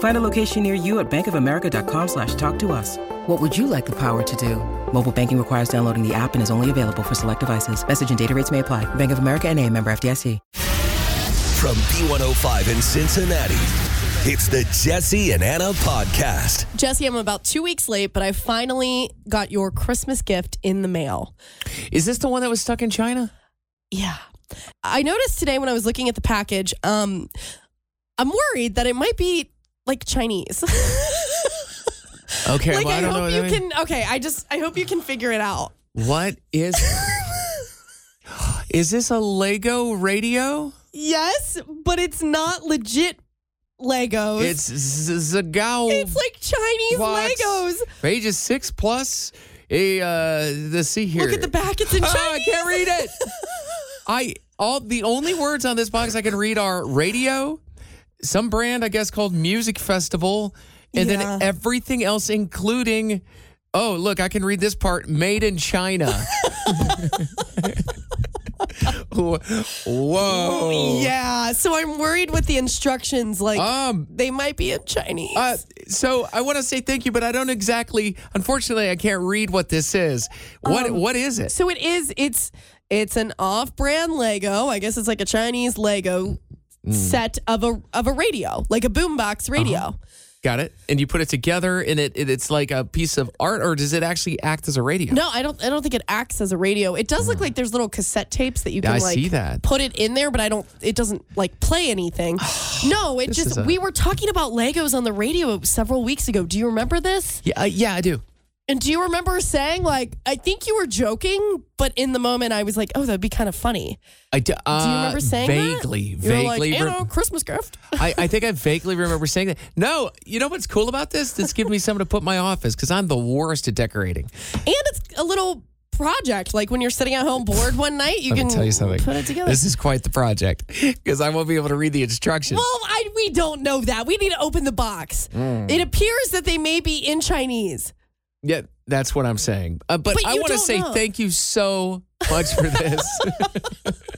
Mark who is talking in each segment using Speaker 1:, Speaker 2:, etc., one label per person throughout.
Speaker 1: Find a location near you at bankofamerica.com slash talk to us. What would you like the power to do? Mobile banking requires downloading the app and is only available for select devices. Message and data rates may apply. Bank of America and a member FDIC.
Speaker 2: From B105 in Cincinnati, it's the Jesse and Anna podcast.
Speaker 3: Jesse, I'm about two weeks late, but I finally got your Christmas gift in the mail.
Speaker 4: Is this the one that was stuck in China?
Speaker 3: Yeah. I noticed today when I was looking at the package, um, I'm worried that it might be like Chinese.
Speaker 4: Okay,
Speaker 3: like
Speaker 4: well, I,
Speaker 3: I,
Speaker 4: don't know.
Speaker 3: hope
Speaker 4: What,
Speaker 3: you
Speaker 4: I mean.
Speaker 3: can okay, I just I hope you can figure it out.
Speaker 4: what is? is this a Lego radio?
Speaker 3: Yes, but it's not legit Legos.
Speaker 4: It's Z- Zagao.
Speaker 3: It's like Chinese
Speaker 4: box,
Speaker 3: Legos.
Speaker 4: Pages six plus. A, uh, the see here.
Speaker 3: Look at the back, it's in
Speaker 4: Oh,
Speaker 3: Chinese.
Speaker 4: I can't read it. I all the only words on this box I can read are radio, some brand I guess called Music Festival, and
Speaker 3: Yeah.
Speaker 4: then everything else, including. Oh, look, I can read this part. Made in China. Whoa.
Speaker 3: Yeah, so I'm worried with the instructions like
Speaker 4: Um,
Speaker 3: they might be in Chinese.
Speaker 4: Uh, so I want to say thank you, but I don't exactly. Unfortunately, I can't read what this is. What What is it?
Speaker 3: So it is. It's it's an off-brand Lego. I guess it's like a Chinese Lego
Speaker 4: Mm.
Speaker 3: set of a of a radio, like a boombox
Speaker 4: Uh-huh.
Speaker 3: radio.
Speaker 4: Got it. And you put it together, and it, it it's like a piece of art, or does it actually act as a radio?
Speaker 3: No, I don't. I don't think it acts as a radio. It does look like there's little cassette tapes that you
Speaker 4: Mm. Yeah,
Speaker 3: can
Speaker 4: I
Speaker 3: like
Speaker 4: see that.
Speaker 3: put it in there, but I don't. It doesn't like play anything. no, it just.
Speaker 4: is a-
Speaker 3: we were talking about Legos on the radio several weeks ago. Do you remember this?
Speaker 4: Yeah, uh, yeah, I do.
Speaker 3: And do you remember saying like, I think you were joking, but in the moment I was like, oh, that'd be kind of funny.
Speaker 4: I do.
Speaker 3: Do
Speaker 4: Uh,
Speaker 3: you remember saying that?
Speaker 4: vaguely,
Speaker 3: You were like,
Speaker 4: vaguely.
Speaker 3: you
Speaker 4: rem-
Speaker 3: know, Christmas gift.
Speaker 4: I, I think I vaguely remember saying that. No, you know what's cool about this? This gives me something to put in my office because I'm the worst at decorating.
Speaker 3: And it's a little project. Like when you're sitting at home bored one night, you
Speaker 4: Let
Speaker 3: can
Speaker 4: me tell you something.
Speaker 3: put it together.
Speaker 4: This is quite the project because I won't be able to read the instructions.
Speaker 3: well, I, we don't know that. We need to open the box.
Speaker 4: Mm.
Speaker 3: It appears that they may be in Chinese.
Speaker 4: Yeah, that's what I'm saying. Uh, but,
Speaker 3: But
Speaker 4: I
Speaker 3: you
Speaker 4: want to
Speaker 3: don't
Speaker 4: say
Speaker 3: know.
Speaker 4: thank you so much for this.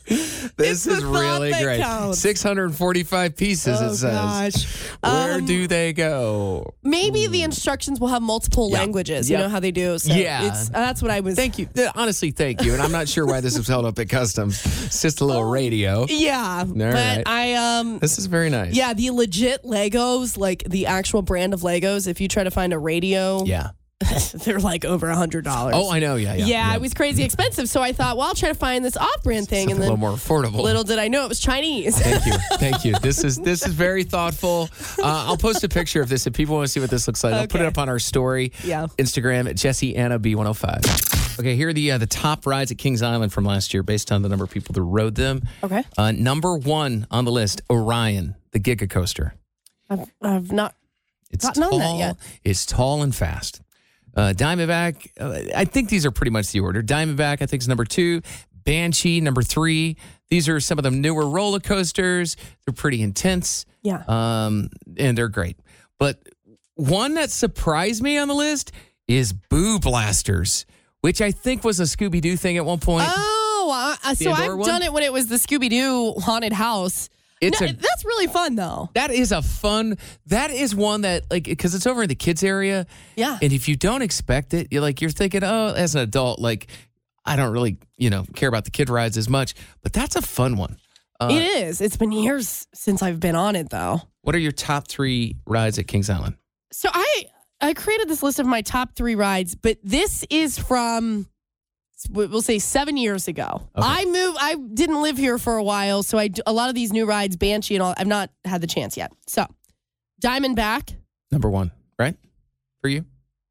Speaker 3: It's
Speaker 4: this
Speaker 3: the
Speaker 4: is
Speaker 3: thought
Speaker 4: really
Speaker 3: that
Speaker 4: great.
Speaker 3: counts.
Speaker 4: 645 pieces, it says. Where
Speaker 3: Oh, Um,
Speaker 4: do they go?
Speaker 3: Maybe the instructions will have multiple
Speaker 4: Yeah.
Speaker 3: languages. You
Speaker 4: Yep.
Speaker 3: know how they do. So
Speaker 4: Yeah.
Speaker 3: it's, uh, that's what I was.
Speaker 4: Thank you. Th- Uh, Honestly, thank you. And I'm not sure why this was held up at customs. It's just a little radio.
Speaker 3: yeah, but
Speaker 4: right.
Speaker 3: I um
Speaker 4: This is very nice.
Speaker 3: yeah the legit Legos like the actual brand of Legos. If you try to find a radio,
Speaker 4: Yeah.
Speaker 3: they're like over a hundred dollars.
Speaker 4: Oh, I know. Yeah. Yeah.
Speaker 3: yeah, it was crazy expensive. So I thought, well, I'll try to find this off-brand thing,
Speaker 4: Something
Speaker 3: and
Speaker 4: a little
Speaker 3: then
Speaker 4: more affordable.
Speaker 3: little did I know it was Chinese.
Speaker 4: Thank you. Thank you. This is this is very thoughtful. Uh, I'll post a picture of this if people want to see what this looks like. I'll put
Speaker 3: Okay.
Speaker 4: it up on our story.
Speaker 3: Yeah.
Speaker 4: Instagram at Jesse Anna B105. Okay, here are the uh, the top rides at Kings Island from last year based on the number of people that rode them.
Speaker 3: Okay.
Speaker 4: Uh, number one on the list, Orion, the Giga Coaster.
Speaker 3: I've, I've not.
Speaker 4: It's
Speaker 3: Not known
Speaker 4: tall.
Speaker 3: that yet.
Speaker 4: It's tall and fast. Uh, Diamondback. Uh, I think these are pretty much the order. Diamondback, I think, is number two. Banshee, number three. These are some of the newer roller coasters. They're pretty intense.
Speaker 3: Yeah.
Speaker 4: Um, and they're great. But one that surprised me on the list is Boo Blasters, which I think was a Scooby Doo thing at one point.
Speaker 3: Oh, uh, uh, so
Speaker 4: Theodore
Speaker 3: I've
Speaker 4: one?
Speaker 3: done it when it was the Scooby Doo haunted house.
Speaker 4: It's
Speaker 3: No,
Speaker 4: a-
Speaker 3: that's really fun though.
Speaker 4: That is a fun. That is one that like because it's over in the kids area.
Speaker 3: Yeah.
Speaker 4: And if you don't expect it, you're like you're thinking, oh, as an adult, like I don't really you know care about the kid rides as much. But that's a fun one.
Speaker 3: it is. It's been years since I've been on it though.
Speaker 4: What are your top three rides at Kings Island?
Speaker 3: So I I created this list of my top three rides, but this is from we- we'll say seven years ago. I moved. I didn't live here for a while, so I d- a lot of these new rides, Banshee and all. I've not had the chance yet. So, Diamondback,
Speaker 4: Number one, right? For you?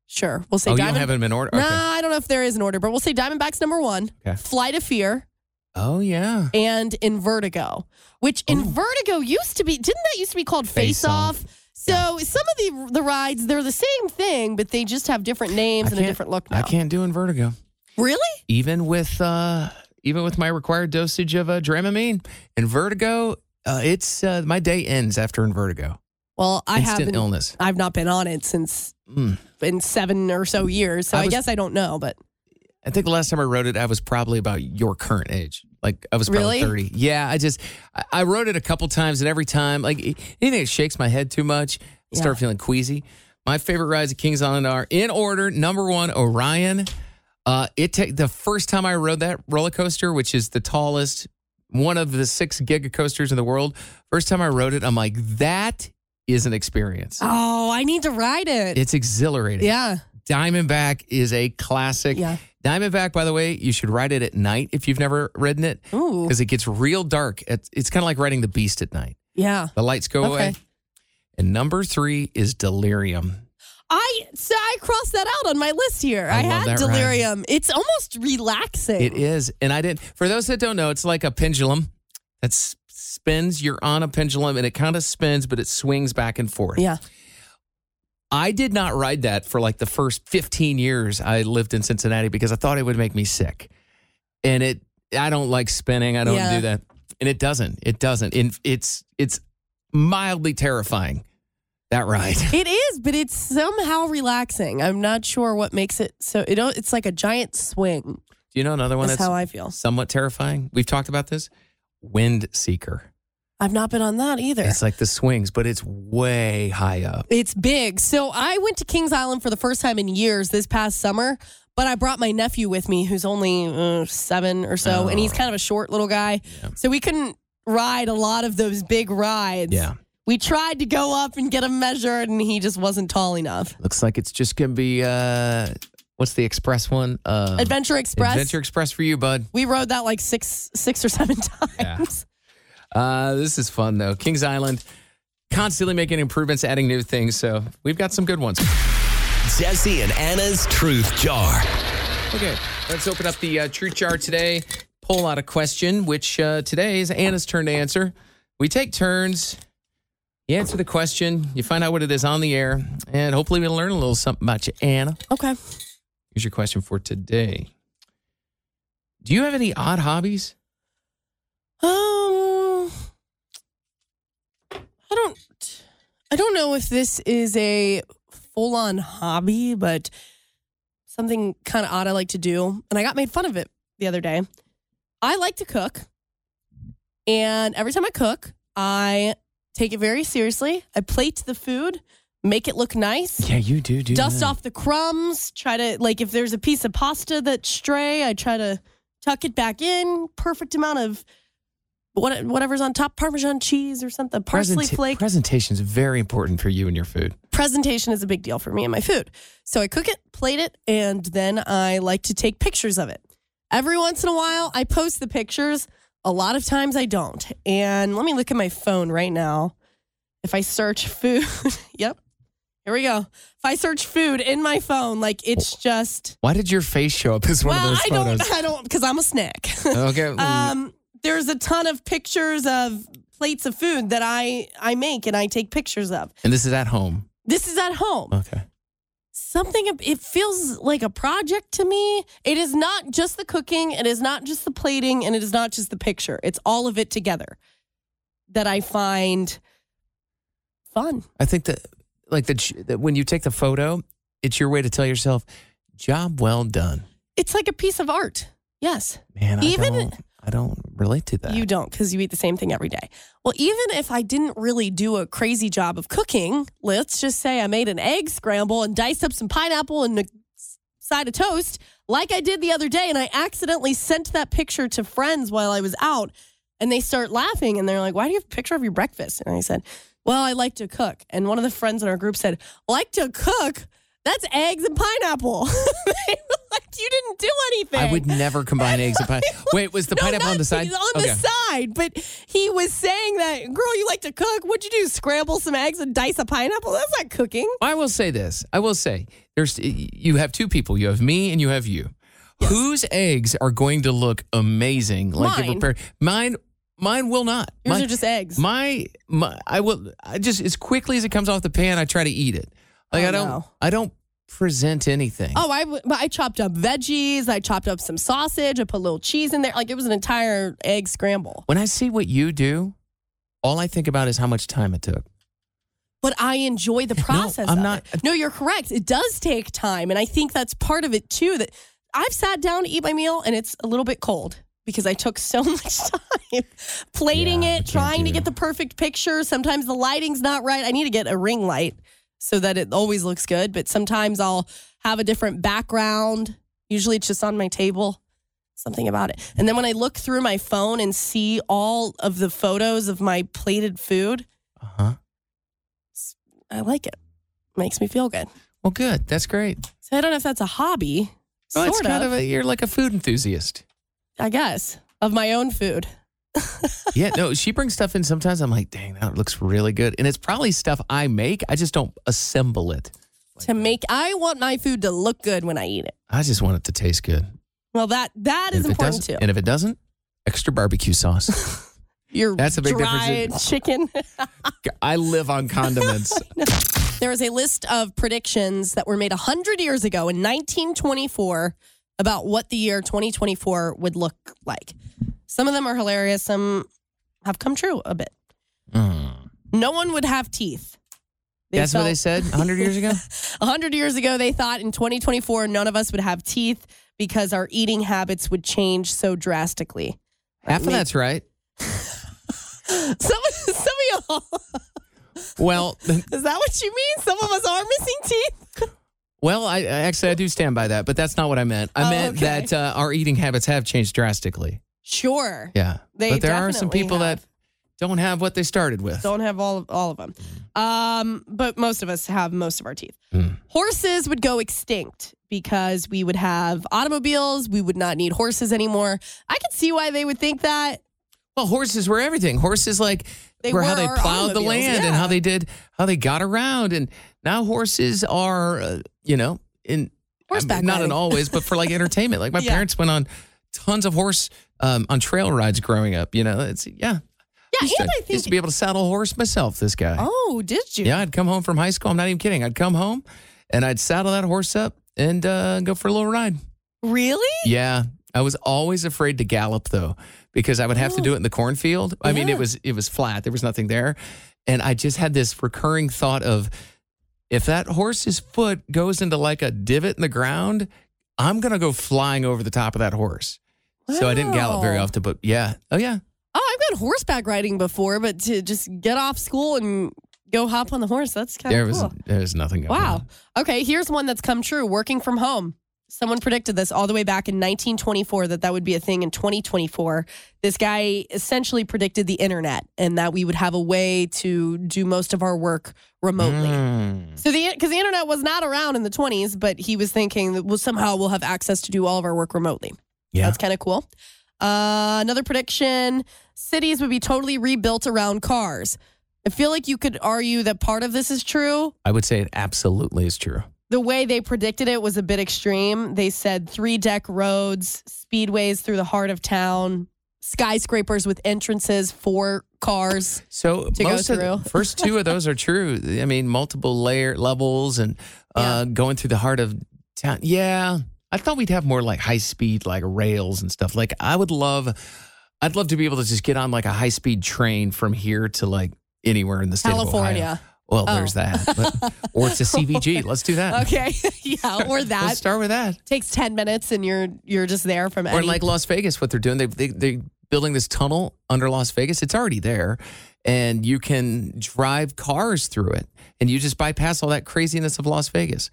Speaker 3: sure, we'll say.
Speaker 4: oh, you
Speaker 3: Diamond-
Speaker 4: don't have them in order?
Speaker 3: Nah, I don't know if there is an order, but we'll say Diamondback's number one.
Speaker 4: Okay.
Speaker 3: Flight of Fear.
Speaker 4: Oh, yeah.
Speaker 3: and in Vertigo, which in Vertigo used to be didn't that used to be called Face,
Speaker 4: Oh. Face Off.
Speaker 3: Off? So some of the the rides they're the same thing, but they just have different
Speaker 4: I
Speaker 3: names and a
Speaker 4: can't-
Speaker 3: different look now.
Speaker 4: I can't do in vertigo.
Speaker 3: Really?
Speaker 4: Even with uh even with my required dosage of uh, Dramamine and vertigo, uh, it's uh, my day ends after in vertigo.
Speaker 3: Well, I
Speaker 4: Instant
Speaker 3: haven't.
Speaker 4: illness.
Speaker 3: I've not been on it since
Speaker 4: Mm.
Speaker 3: in seven or so years. So
Speaker 4: I
Speaker 3: I,
Speaker 4: was-
Speaker 3: guess I don't know, but
Speaker 4: I think the last time I wrote it, I was probably about your current age. Like I was probably
Speaker 3: Really?
Speaker 4: 30. Yeah, I just I- I wrote it a couple times, and every time, like e, anything that shakes my head too much, I start feeling queasy. My favorite rides at Kings Island are in order. Number one, Orion. Uh, it ta- the first time I rode that roller coaster, which is the tallest, one of the six giga coasters in the world. First time I rode it, I'm like, that is an experience.
Speaker 3: oh, I need to ride it.
Speaker 4: It's exhilarating.
Speaker 3: yeah.
Speaker 4: Diamondback is a classic.
Speaker 3: Yeah.
Speaker 4: Diamondback, by the way, you should ride it at night if you've never ridden it
Speaker 3: Ooh.
Speaker 4: because it gets real dark. It's, it's kind of like riding the beast at night.
Speaker 3: Yeah.
Speaker 4: The lights go away.
Speaker 3: Okay.
Speaker 4: And number three is Delirium.
Speaker 3: I so I crossed that out on my list here.
Speaker 4: I
Speaker 3: I,
Speaker 4: love
Speaker 3: had
Speaker 4: that ride.
Speaker 3: delirium. It's almost relaxing.
Speaker 4: It is. And I didn't, for those that don't know, it's like a pendulum that s- spins. You're on a pendulum and it kind of spins, but it swings back and forth.
Speaker 3: Yeah.
Speaker 4: I did not ride that for like the first 15 years I lived in Cincinnati because I thought it would make me sick. And it I don't like spinning. I don't
Speaker 3: Yeah.
Speaker 4: do that. And it doesn't. It doesn't. And it's it's mildly terrifying that ride.
Speaker 3: It is, but it's somehow relaxing. I'm not sure what makes it so. It don't- it's like a giant swing.
Speaker 4: Do you know another one
Speaker 3: That's
Speaker 4: that's
Speaker 3: how I feel.
Speaker 4: somewhat terrifying? We've talked about this. Wind Seeker.
Speaker 3: I've not been on that either.
Speaker 4: It's like the swings, but it's way high up.
Speaker 3: It's big. So I went to Kings Island for the first time in years this past summer, but I brought my nephew with me, who's only uh, seven or so, and
Speaker 4: Oh.
Speaker 3: he's kind of a short little guy. So we couldn't ride a lot of those big rides.
Speaker 4: Yeah.
Speaker 3: We tried to go up and get him measured, and he just wasn't tall enough.
Speaker 4: Looks like it's just gonna be uh what's the express one? Uh
Speaker 3: Adventure Express.
Speaker 4: Adventure Express for you, bud.
Speaker 3: we rode that like six, six or seven times.
Speaker 4: Uh, this is fun though. Kings Island constantly making improvements, adding new things. So we've got some good ones.
Speaker 2: Jesse and Anna's Truth Jar.
Speaker 4: Okay, let's open up the uh, truth jar today. Pull out a question, which uh, today is Anna's turn to answer. We take turns. You answer the question. You find out what it is on the air, and hopefully we'll learn a little something about you, Anna.
Speaker 3: Okay.
Speaker 4: Here's your question for today. Do you have any odd hobbies?
Speaker 3: Um, I don't, I don't know if this is a full-on hobby, but something kind of odd I like to do, and I got made fun of it the other day. I like to cook, and every time I cook, I take it very seriously. I plate the food, make it look nice
Speaker 4: Yeah, you do. Do
Speaker 3: dust off the crumbs try to like if there's a piece of pasta that's stray i try to tuck it back in perfect amount of what, whatever's on top parmesan cheese or something parsley
Speaker 4: Presenta-
Speaker 3: flake
Speaker 4: Presentation is very important for you and your food.
Speaker 3: presentation is a big deal for me and my food so i cook it plate it and then i like to take pictures of it every once in a while i post the pictures a lot of times i don't and let me look at my phone right now if i search food yep here we go if i search food in my phone like it's just
Speaker 4: Why did your face show up as one
Speaker 3: well,
Speaker 4: of those
Speaker 3: I
Speaker 4: photos?
Speaker 3: don't, I don't, because I'm a snack.
Speaker 4: Okay. mm.
Speaker 3: um, there's a ton of pictures of plates of food that I I make and I take pictures of.
Speaker 4: and this is at home.
Speaker 3: This is at home.
Speaker 4: Okay.
Speaker 3: Something ab- it feels like a project to me. It is not just the cooking, it is not just the plating, and it is not just the picture. It's all of it together that I find fun.
Speaker 4: I think that, like that, that when you take the photo, it's your way to tell yourself, "Job well done."
Speaker 3: It's like a piece of art. Yes.
Speaker 4: Man,
Speaker 3: Even-
Speaker 4: I don't, I don't relate to that.
Speaker 3: You don't because you eat the same thing every day. Well, even if I didn't really do a crazy job of cooking, let's just say I made an egg scramble and diced up some pineapple and a side of toast like I did the other day. And I accidentally sent that picture to friends while I was out and they start laughing and they're like, Why do you have a picture of your breakfast? And I said, Well, I like to cook. And one of the friends in our group said, Like to cook? That's eggs and pineapple. they were like, You didn't do anything.
Speaker 4: I would never combine eggs and pie. Wait, was the
Speaker 3: No,
Speaker 4: pineapple
Speaker 3: not
Speaker 4: on the side?
Speaker 3: On the side, but he was saying that, girl, you like to cook. What'd you do? Scramble some eggs and dice a pineapple? That's not cooking.
Speaker 4: I will say this. I will say there's you have two people. You have me and you have you. Whose eggs are going to look amazing like you
Speaker 3: Mine.
Speaker 4: prepared? Mine mine will not.
Speaker 3: Yours
Speaker 4: mine,
Speaker 3: are just eggs.
Speaker 4: My my I will I just as quickly as it comes off the pan I try to eat it. Like
Speaker 3: Oh,
Speaker 4: I don't
Speaker 3: no.
Speaker 4: I don't present anything.
Speaker 3: Oh, I, w- I chopped up veggies. I chopped up some sausage. I put a little cheese in there. Like it was an entire egg scramble.
Speaker 4: When I see what you do, all I think about is how much time it took.
Speaker 3: But I enjoy the process.
Speaker 4: I'm
Speaker 3: of
Speaker 4: not-
Speaker 3: it. No, you're correct. It does take time. And I think that's part of it too. That I've sat down to eat my meal and it's a little bit cold because I took so much time plating
Speaker 4: Yeah, I
Speaker 3: it,
Speaker 4: can't
Speaker 3: trying to
Speaker 4: do-
Speaker 3: get the perfect picture. Sometimes the lighting's not right. I need to get a ring light so that it always looks good. But sometimes I'll have a different background. Usually it's just on my table. Something about it. And then when I look through my phone and see all of the photos of my plated food,
Speaker 4: Uh-huh.
Speaker 3: I like it. Makes me feel good.
Speaker 4: Well, good. That's great.
Speaker 3: So I don't know if that's a hobby.
Speaker 4: Well, Oh, it's
Speaker 3: sort
Speaker 4: kind
Speaker 3: of,
Speaker 4: of a, you're like a food enthusiast.
Speaker 3: I guess, of my own food.
Speaker 4: yeah, no, she brings stuff in sometimes. I'm like, dang, that looks really good. And it's probably stuff I make. I just don't assemble it.
Speaker 3: to make I want my food to look good when I eat it.
Speaker 4: I just want it to taste good.
Speaker 3: Well, that that is
Speaker 4: And if it
Speaker 3: important
Speaker 4: doesn't-
Speaker 3: too.
Speaker 4: And if it doesn't, extra barbecue sauce.
Speaker 3: Your
Speaker 4: That's a big difference
Speaker 3: dried
Speaker 4: in-
Speaker 3: chicken.
Speaker 4: I live on condiments.
Speaker 3: there was a list of predictions that were made 100 years ago in 1924 about what the year 2024 would look like. Some of them are hilarious, some have come true a bit.
Speaker 4: Mm.
Speaker 3: No one would have teeth. They
Speaker 4: That's what
Speaker 3: felt-
Speaker 4: they said 100 years ago?
Speaker 3: 100 years ago, they thought in 2024, none of us would have teeth because our eating habits would change so drastically.
Speaker 4: Half of
Speaker 3: Maybe-
Speaker 4: that's right.
Speaker 3: Some, some of y'all,
Speaker 4: Well,
Speaker 3: is that what you mean? Some of us are missing teeth?
Speaker 4: well, I I- actually I do stand by that, but that's not what I meant. I
Speaker 3: Oh,
Speaker 4: meant
Speaker 3: okay.
Speaker 4: that uh, our eating habits have changed drastically.
Speaker 3: Sure.
Speaker 4: Yeah.
Speaker 3: They
Speaker 4: but there are some
Speaker 3: definitely
Speaker 4: people
Speaker 3: have.
Speaker 4: that don't have what they started with.
Speaker 3: Don't have all of, all of them. Um, but most of us have most of our teeth.
Speaker 4: Mm.
Speaker 3: Horses would go extinct because we would have automobiles. We would not need horses anymore. I could see why they would think that.
Speaker 4: Well, horses were everything. Horses like
Speaker 3: They
Speaker 4: were
Speaker 3: were
Speaker 4: how they
Speaker 3: our
Speaker 4: plowed the
Speaker 3: automobiles,
Speaker 4: land and
Speaker 3: yeah.
Speaker 4: how they did how they got around. And now horses are, uh, you know, in I mean,
Speaker 3: Horseback
Speaker 4: not in
Speaker 3: riding.
Speaker 4: always, but for like entertainment. Like my
Speaker 3: Yeah.
Speaker 4: parents went on tons of horse um, on trail rides growing up. You know, it's yeah.
Speaker 3: Yeah,
Speaker 4: used, to,
Speaker 3: and I
Speaker 4: used
Speaker 3: think.
Speaker 4: to be able to saddle a horse myself. This guy.
Speaker 3: oh, did you?
Speaker 4: Yeah, I'd come home from high school. I'm not even kidding. I'd come home and I'd saddle that horse up and uh, go for a little ride.
Speaker 3: Really?
Speaker 4: Yeah. I was always afraid to gallop though, because I would have to do it in the cornfield. I mean,
Speaker 3: Oh. Yeah.
Speaker 4: it was it was flat. There was nothing there. And I just had this recurring thought of if that horse's foot goes into like a divot in the ground, I'm gonna go flying over the top of that horse. So I didn't gallop very
Speaker 3: Wow.
Speaker 4: often, but yeah. Oh yeah.
Speaker 3: Oh, I've been horseback riding before, but to just get off school and go hop on the horse, that's kind
Speaker 4: There
Speaker 3: of
Speaker 4: was
Speaker 3: cool.
Speaker 4: there was nothing going
Speaker 3: Wow.
Speaker 4: on.
Speaker 3: Okay, here's one that's come true working from home. Someone predicted this all the way back in 1924 that that would be a thing in 2024. This guy essentially predicted the internet and that we would have a way to do most of our work remotely.
Speaker 4: Mm.
Speaker 3: So the because the internet was not around in the 20s, but he was thinking that well somehow we'll have access to do all of our work remotely.
Speaker 4: Yeah.
Speaker 3: That's kind of cool. Uh, another prediction: cities would be totally rebuilt around cars. I feel like you could argue that part of this is true.
Speaker 4: I would say it absolutely is true.
Speaker 3: The way they predicted it was a bit extreme. They said three deck roads, speedways through the heart of town, skyscrapers with entrances for cars.
Speaker 4: So
Speaker 3: to go
Speaker 4: most of the
Speaker 3: through.
Speaker 4: first two of those are true. I mean, multiple layer levels and uh, going through the heart of town. Yeah, I thought we'd have more like high speed, like rails and stuff. Like I would love, I'd love to be able to just get on like a high speed train from here to like anywhere in the state of Ohio.
Speaker 3: California.
Speaker 4: Well,
Speaker 3: Oh.
Speaker 4: there's that, but, or it's a CVG. Let's do that.
Speaker 3: Okay, yeah, or that.
Speaker 4: Let's start with that.
Speaker 3: takes 10 minutes and you're you're just there from
Speaker 4: Or
Speaker 3: any-
Speaker 4: like Las Vegas, what they're doing, they, they they're building this tunnel under Las Vegas. It's already there, and you can drive cars through it, and you just bypass all that craziness of Las Vegas.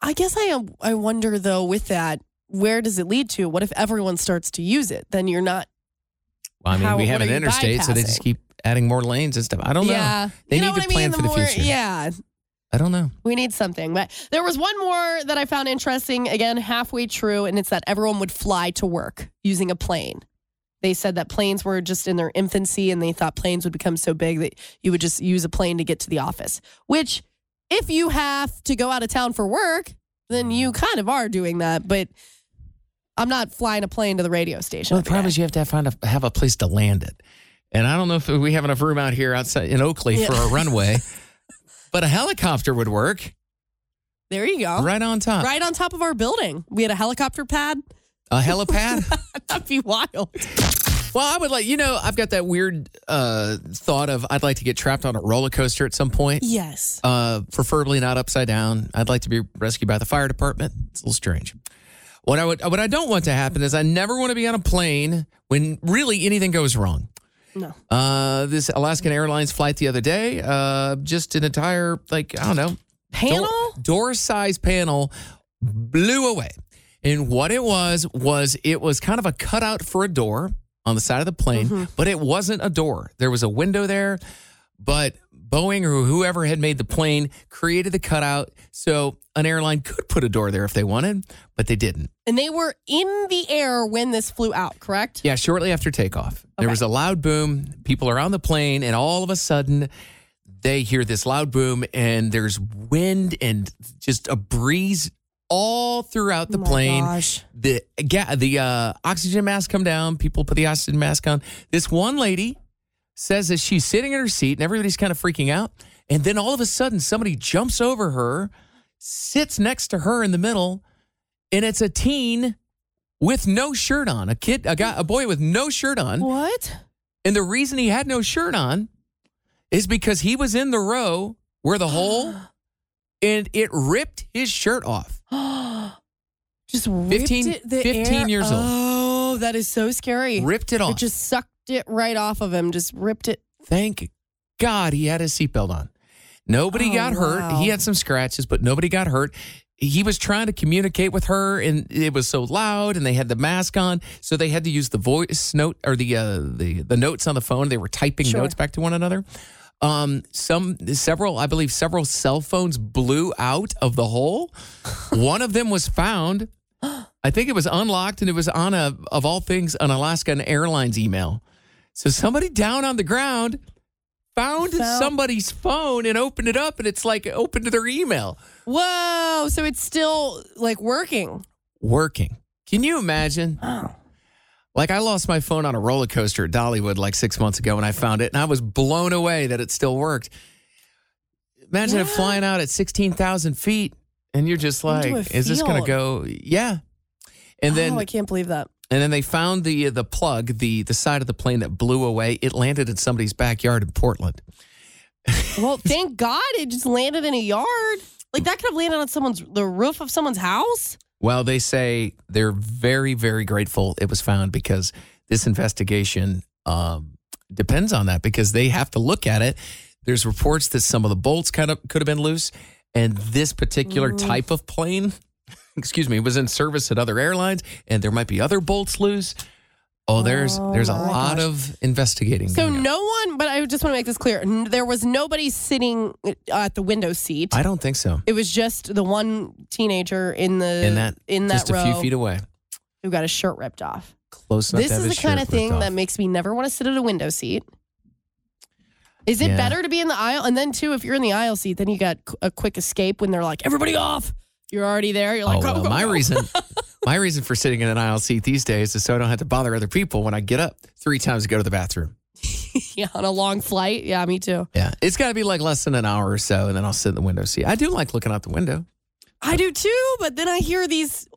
Speaker 3: I guess I am I wonder though with that where does it lead to? What if everyone starts to use it? Then you're not
Speaker 4: Well, I mean,
Speaker 3: How-
Speaker 4: we have
Speaker 3: what
Speaker 4: an
Speaker 3: are you
Speaker 4: interstate, so they just
Speaker 3: bypassing?
Speaker 4: keep adding more lanes and stuff. I don't know.
Speaker 3: yeah.
Speaker 4: They
Speaker 3: you know
Speaker 4: need
Speaker 3: what
Speaker 4: to
Speaker 3: I
Speaker 4: plan
Speaker 3: mean?
Speaker 4: for the
Speaker 3: more
Speaker 4: future.
Speaker 3: yeah.
Speaker 4: I I don't know.
Speaker 3: We need something. But there was one more that I found interesting, again, halfway true, and it's that everyone would fly to work using a plane. They said that planes were just in their infancy and they thought planes would become so big that you would just use a plane to get to the office, which, if you have to go out of town for work, then you kind of are doing that. But I'm not flying a plane to the radio station.
Speaker 4: Well, the
Speaker 3: every
Speaker 4: problem
Speaker 3: day.
Speaker 4: is you have to have, find a, have a place to land it. And I don't know if we have enough room out here outside in Oakley for a runway, but a helicopter would work
Speaker 3: there you go.
Speaker 4: right on top.
Speaker 3: Oh. Right on top of our building. We had a helicopter pad.
Speaker 4: A helipad?
Speaker 3: That'd be wild.
Speaker 4: Well, I would like, you know, I've got that weird uh, thought of I'd like to get trapped on a roller coaster at some point,
Speaker 3: Yes.
Speaker 4: uh, preferably not upside down. I'd like to be rescued by the fire department. It's a little strange. What I would, what I don't want to happen is I never want to be on a plane when really anything goes wrong.
Speaker 3: No.
Speaker 4: Uh, this Alaskan Airlines flight the other day, uh, just an entire like I don't know
Speaker 3: Panel?
Speaker 4: door size panel blew away. And what it was was it was kind of a cutout for a door on the side of the plane, but it wasn't a door. There was a window there, but Boeing or whoever had made the plane created the cutout so an airline could put a door there if they wanted, but they didn't.
Speaker 3: And they were in the air when this flew out, correct?
Speaker 4: Yeah, shortly after takeoff, there was a loud boom. People are on the plane, and all of a sudden, they hear this loud boom, and there's wind and just a breeze all throughout the
Speaker 3: Oh my
Speaker 4: plane.
Speaker 3: gosh.
Speaker 4: The ga- the uh, oxygen mask come down. People put the oxygen mask on. This one lady says that she's sitting in her seat, and everybody's kind of freaking out. And then all of a sudden, somebody jumps over her, sits next to her in the middle, and it's a teen with no shirt on. A kid, a guy, a boy with no shirt on.
Speaker 3: What?
Speaker 4: And the reason he had no shirt on is because he was in the row where the hole and it ripped his shirt off.
Speaker 3: Just ripped
Speaker 4: 15
Speaker 3: it the
Speaker 4: 15
Speaker 3: air-
Speaker 4: years old.
Speaker 3: Oh, that is so scary.
Speaker 4: Ripped it
Speaker 3: It
Speaker 4: off.
Speaker 3: just sucked it right off of him. Just ripped it.
Speaker 4: Thank God he had his seatbelt on. Nobody
Speaker 3: Oh,
Speaker 4: got hurt.
Speaker 3: wow.
Speaker 4: He had some scratches, but nobody got hurt. He was trying to communicate with her, and it was so loud, and they had the mask on, so they had to use the voice note or the uh, the the notes on the phone. They were typing
Speaker 3: Sure.
Speaker 4: notes back to one another. Um, some several, I believe, several cell phones blew out of the hole. one of them was found. I think it was unlocked, and it was on a of all things an Alaskan Airlines email. So somebody down on the ground found
Speaker 3: Found-
Speaker 4: somebody's phone and opened it up, and it's like open to their email.
Speaker 3: Whoa. So it's still like working.
Speaker 4: Working. Can you imagine?
Speaker 3: Oh.
Speaker 4: Like I lost my phone on a roller coaster at Dollywood like six months ago, and I found it, and I was blown away that it still worked. Imagine it
Speaker 3: Yeah.
Speaker 4: flying out at sixteen thousand feet, and you're just
Speaker 3: Into
Speaker 4: like,
Speaker 3: a
Speaker 4: "Is this going
Speaker 3: field.
Speaker 4: to go?" Yeah. And then
Speaker 3: oh, I can't believe that.
Speaker 4: And then they found the the plug, the the side of the plane that blew away. It landed in somebody's backyard in Portland.
Speaker 3: Well, thank God it just landed in a yard. Like that could have landed on someone's the roof of someone's house.
Speaker 4: Well, they say they're very very grateful it was found because this investigation um, depends on that because they have to look at it. There's reports that some of the bolts kind of could have been loose, and this particular
Speaker 3: Mm.
Speaker 4: type of plane, excuse me, was in service at other airlines, and there might be other bolts loose. Oh, there's
Speaker 3: Oh
Speaker 4: there's a
Speaker 3: my
Speaker 4: lot
Speaker 3: gosh.
Speaker 4: of investigating.
Speaker 3: So
Speaker 4: going on.
Speaker 3: no one, but I just want to make this clear. N- There was nobody sitting uh, at the window seat.
Speaker 4: I don't think so.
Speaker 3: It was just the one teenager in the
Speaker 4: In that-
Speaker 3: in that
Speaker 4: Just
Speaker 3: row
Speaker 4: a few feet away.
Speaker 3: who got his shirt ripped off.
Speaker 4: close enough.
Speaker 3: this
Speaker 4: to have
Speaker 3: is the
Speaker 4: his
Speaker 3: kind of
Speaker 4: shirt ripped
Speaker 3: thing
Speaker 4: off.
Speaker 3: that makes me never want to sit at a window seat. Is it
Speaker 4: Yeah.
Speaker 3: better to be in the aisle? And then too, if you're in the aisle seat, then you got qu- a quick escape when they're like, "Everybody off!" You're already there. You're like,
Speaker 4: Oh
Speaker 3: go,
Speaker 4: well,
Speaker 3: go,
Speaker 4: my
Speaker 3: go."
Speaker 4: reason, my reason for sitting in an aisle seat these days is so I don't have to bother other people when I get up three times to go to the bathroom.
Speaker 3: yeah, on a long flight. Yeah, me too.
Speaker 4: Yeah, it's got to be like less than an hour or so, and then I'll sit in the window seat. I do like looking out the window.
Speaker 3: I do too, but then I hear these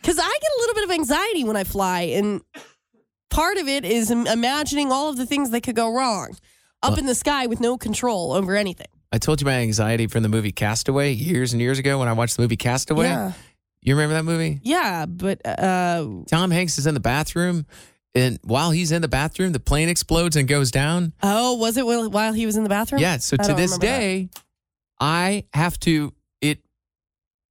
Speaker 3: because I get a little bit of anxiety when I fly, and part of it is im- imagining all of the things that could go wrong up in the sky with no control over anything.
Speaker 4: I told you my anxiety from the movie Castaway years and years ago when I watched the movie Castaway.
Speaker 3: Yeah,
Speaker 4: You remember that movie?
Speaker 3: yeah, but uh,
Speaker 4: Tom Hanks is in the bathroom, and while he's in the bathroom, the plane explodes and goes down.
Speaker 3: oh, was it while while he was in the bathroom?
Speaker 4: Yeah. So
Speaker 3: I
Speaker 4: to
Speaker 3: don't
Speaker 4: this
Speaker 3: remember that.
Speaker 4: day, I have to it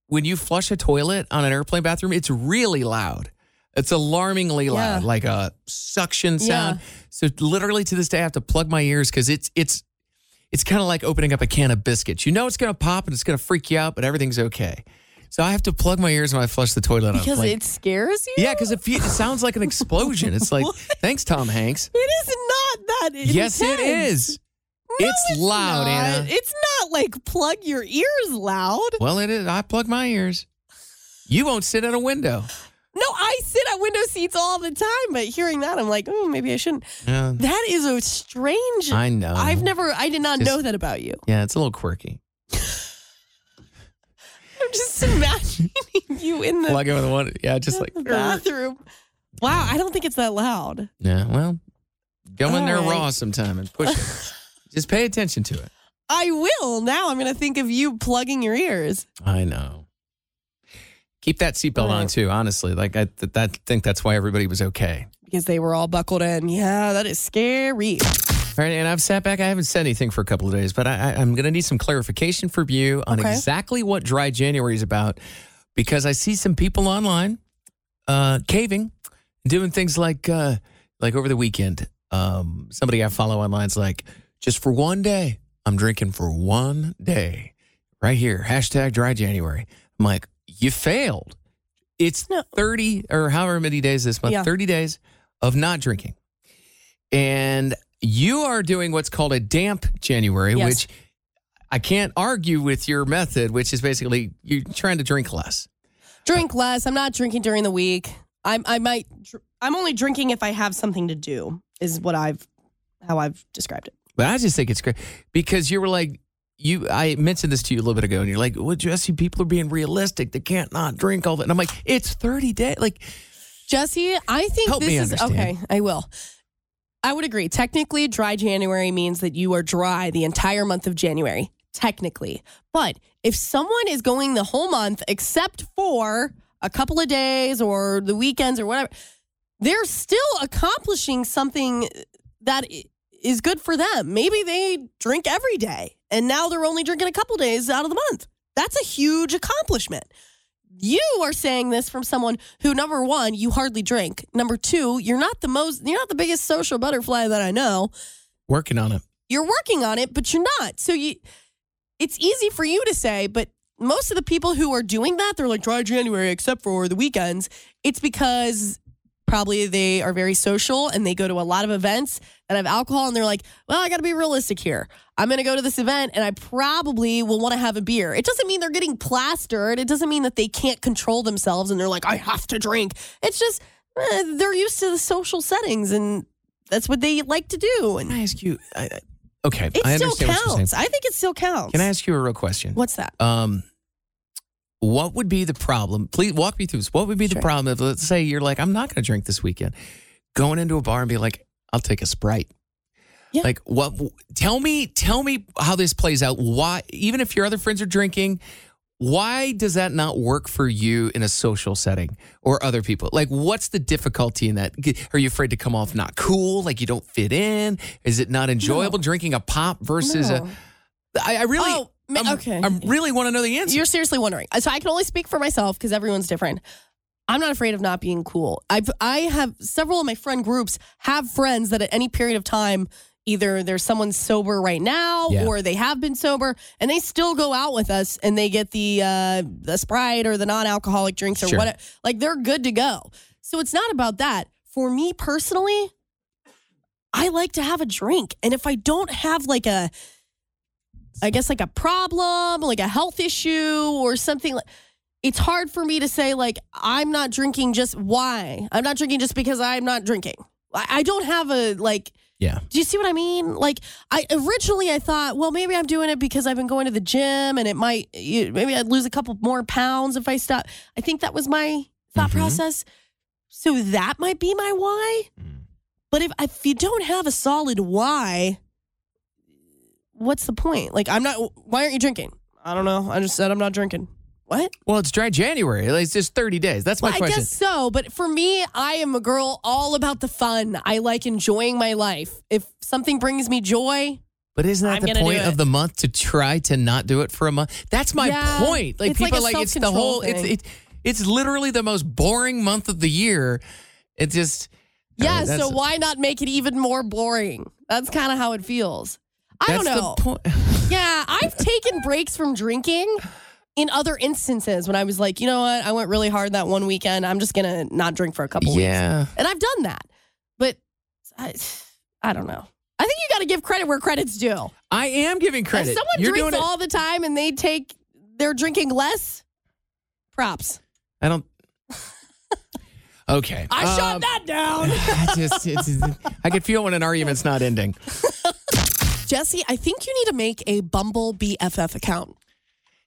Speaker 4: when you flush a toilet on an airplane bathroom, it's really loud. It's alarmingly loud,
Speaker 3: Yeah.
Speaker 4: like a suction sound. So literally to this day, I have to plug my ears because it's it's it's kind of like opening up a can of biscuits. You know it's going to pop and it's going to freak you out, but everything's okay. So I have to plug my ears when I flush the toilet. I'm
Speaker 3: Because
Speaker 4: like-
Speaker 3: it scares you?
Speaker 4: yeah, because it, fe- it sounds like an explosion. It's like, thanks, Tom Hanks.
Speaker 3: It is not that intense.
Speaker 4: Yes, it is. it's,
Speaker 3: It's not.
Speaker 4: loud, Anna.
Speaker 3: It's not like plug your ears loud.
Speaker 4: well, it is. I plug my ears. You won't sit at a window.
Speaker 3: No, I sit at window seats all the time, but hearing that, I'm like, oh, maybe I shouldn't.
Speaker 4: Yeah,
Speaker 3: That is a strange.
Speaker 4: I know.
Speaker 3: I've never, I did not
Speaker 4: Just-
Speaker 3: know that about you.
Speaker 4: Yeah, it's a little quirky.
Speaker 3: I'm just imagining you in the,
Speaker 4: Plug in with one. Yeah, just
Speaker 3: in
Speaker 4: like.
Speaker 3: the bathroom. Wow, I don't think it's that loud.
Speaker 4: Yeah, well, go in
Speaker 3: All
Speaker 4: there
Speaker 3: right.
Speaker 4: raw sometime and push it. Just pay attention to it.
Speaker 3: I will now. I'm going to think of you plugging your ears.
Speaker 4: I know. Keep that seatbelt on too. Honestly, like I th- that think that's why everybody was okay.
Speaker 3: Because they were all buckled in. Yeah, that is scary.
Speaker 4: All right, and I've sat back. I haven't said anything for a couple of days, but I, I, I'm going to need some clarification from you on
Speaker 3: Okay.
Speaker 4: exactly what Dry January is about, because I see some people online uh, caving, doing things like uh, like over the weekend. Um, somebody I follow online's like, just for one day, I'm drinking for one day, right here. Hashtag Dry January. I'm like, you failed. It's
Speaker 3: No.
Speaker 4: 30 or however many days this month,
Speaker 3: Yeah.
Speaker 4: 30 days of not drinking and you are doing what's called a damp January,
Speaker 3: Yes.
Speaker 4: which I can't argue with your method, which is basically you're trying to drink less.
Speaker 3: Drink less. I'm not drinking during the week. I'm, I might, dr- I'm only drinking if I have something to do, is what I've, how I've described it.
Speaker 4: But I just think it's great because you were like, you. I mentioned this to you a little bit ago, and you're like, "Well, Jesse, people are being realistic. They can't not drink all that." And I'm like, "It's 30 days. Like,
Speaker 3: Jesse, I think
Speaker 4: Help
Speaker 3: this
Speaker 4: me
Speaker 3: is okay.
Speaker 4: understand.
Speaker 3: I will. I would agree. Technically, dry January means that you are dry the entire month of January, technically. But if someone is going the whole month except for a couple of days or the weekends or whatever, they're still accomplishing something that i- is good for them. Maybe they drink every day and now they're only drinking a couple days out of the month. That's a huge accomplishment you are saying this from someone who number one you hardly drink number two you're not the most you're not the biggest social butterfly that i know
Speaker 4: working on it.
Speaker 3: you're working on it but you're not so you it's easy for you to say but most of the people who are doing that they're like dry january except for the weekends it's because probably they are very social and they go to a lot of events that have alcohol and they're like well i gotta be realistic here i'm gonna go to this event and i probably will want to have a beer it doesn't mean they're getting plastered it doesn't mean that they can't control themselves and they're like i have to drink it's just eh, they're used to the social settings and that's what they like to do and
Speaker 4: Can I ask you? I, I- okay,
Speaker 3: it
Speaker 4: I
Speaker 3: still
Speaker 4: understand what you're saying.
Speaker 3: counts. I think it still counts.
Speaker 4: Can I ask you a real question?
Speaker 3: What's that?
Speaker 4: um what would be the problem please walk me through this what would be the
Speaker 3: Sure.
Speaker 4: problem if let's say you're like i'm not going to drink this weekend going into a bar and be like i'll take a sprite
Speaker 3: Yeah.
Speaker 4: like what tell me tell me how this plays out why even if your other friends are drinking why does that not work for you in a social setting or other people like what's the difficulty in that G- are you afraid to come off not cool like you don't fit in is it not enjoyable drinking a pop versus
Speaker 3: No.
Speaker 4: a i, I really
Speaker 3: Oh, ma-
Speaker 4: I'm-
Speaker 3: okay.
Speaker 4: i really want to know the answer
Speaker 3: You're seriously wondering. So I can only speak for myself because everyone's different. I'm not afraid of not being cool. I've I have several of my friend groups have friends that at any period of time either there's someone sober right now
Speaker 4: Yeah.
Speaker 3: or they have been sober and they still go out with us and they get the uh the Sprite or the non-alcoholic drinks or
Speaker 4: Sure.
Speaker 3: what like they're good to go. So it's not about that. For me personally, I like to have a drink. And if I don't have like a, I guess like a problem, like a health issue or something like, it's hard for me to say like I'm not drinking just why I'm not drinking just because I'm not drinking. I, I don't have a like.
Speaker 4: Yeah.
Speaker 3: Do you see what I mean? Like I originally I thought, well, maybe I'm doing it because I've been going to the gym and it might you- maybe I'd lose a couple more pounds if I stop. I think that was my thought
Speaker 4: Mhm.
Speaker 3: process. So that might be my why. But if if you don't have a solid why, what's the point? Like I'm not. Why aren't you drinking? I don't know. I just said I'm not drinking. What?
Speaker 4: Well, it's dry January. Like, It's just 30 days. That's my
Speaker 3: Well, I
Speaker 4: question.
Speaker 3: guess so. But for me, I am a girl all about the fun. I like enjoying my life. If something brings me joy,
Speaker 4: but isn't that
Speaker 3: I'm
Speaker 4: the
Speaker 3: gonna
Speaker 4: point
Speaker 3: do
Speaker 4: of
Speaker 3: it.
Speaker 4: the month to try to not do it for a month? That's my
Speaker 3: Yeah.
Speaker 4: point. Like
Speaker 3: It's like
Speaker 4: people
Speaker 3: a
Speaker 4: like, it's the
Speaker 3: self-control
Speaker 4: whole it's
Speaker 3: thing.
Speaker 4: it, it's literally the most boring month of the year. It just
Speaker 3: yeah.
Speaker 4: Alright,
Speaker 3: so
Speaker 4: that's-
Speaker 3: why not make it even more boring? That's kind of how it feels. I don't
Speaker 4: That's the
Speaker 3: know.
Speaker 4: point.
Speaker 3: Yeah, I've taken breaks from drinking in other instances when I was like, you know what, I went really hard that one weekend. I'm just gonna not drink for a couple weeks,
Speaker 4: Yeah.
Speaker 3: and I've done that. But I, I don't know. I think you got to give credit where credit's due.
Speaker 4: I am giving credit.
Speaker 3: If someone
Speaker 4: You're doing
Speaker 3: drinks
Speaker 4: it-
Speaker 3: all the time and they take, they're drinking less. Props.
Speaker 4: I don't. Okay.
Speaker 3: I shot
Speaker 4: Um,
Speaker 3: that down.
Speaker 4: I just, it's, it's- I could feel when an argument's not ending.
Speaker 3: Jesse, I think you need to make a Bumble BFF account.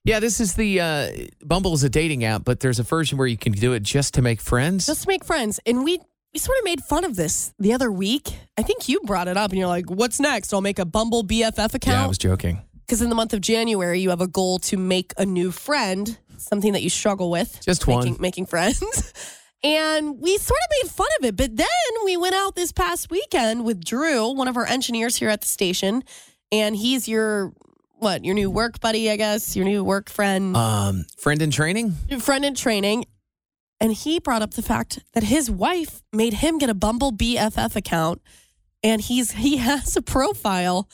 Speaker 4: Yeah, this is the uh, Bumble is a dating app, but there's a version where you can do it just to make friends.
Speaker 3: Just make friends. And we we sort of made fun of this the other week. I think you brought it up and you're like, "What's next? I'll make a Bumble BFF
Speaker 4: yeah, I
Speaker 3: account."
Speaker 4: was joking.
Speaker 3: Cuz in the month of January, you have a goal to make a new friend, something that you struggle with.
Speaker 4: Just
Speaker 3: making,
Speaker 4: one.
Speaker 3: making friends. And we sort of made fun of it, but then we went out this past weekend with Drew, one of our engineers here at the station, and he's your what, your new work buddy, I guess, your new work friend.
Speaker 4: Um, friend in training.
Speaker 3: friend in training, and he brought up the fact that his wife made him get a Bumble BFF account, and he's he has a profile,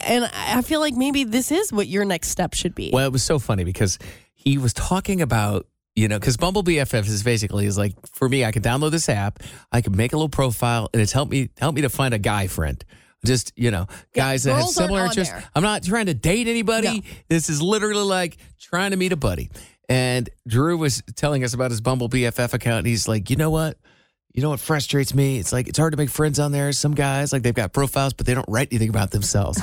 Speaker 3: and I I feel like maybe this is what your next step should be.
Speaker 4: Well, it was so funny because he was talking about, you know, because Bumble BFF is basically is like for me, I can download this app, I can make a little profile, and it's helped me help me to find a guy friend. Just you know,
Speaker 3: Yeah,
Speaker 4: guys that have
Speaker 3: girls aren't
Speaker 4: similar
Speaker 3: on
Speaker 4: interests.
Speaker 3: there.
Speaker 4: I'm not trying to date anybody.
Speaker 3: No.
Speaker 4: This is literally like trying to meet a buddy. And Drew was telling us about his Bumble BFF account, and he's like, you know what? You know what frustrates me? It's like it's hard to make friends on there. Some guys like they've got profiles, but they don't write anything about themselves.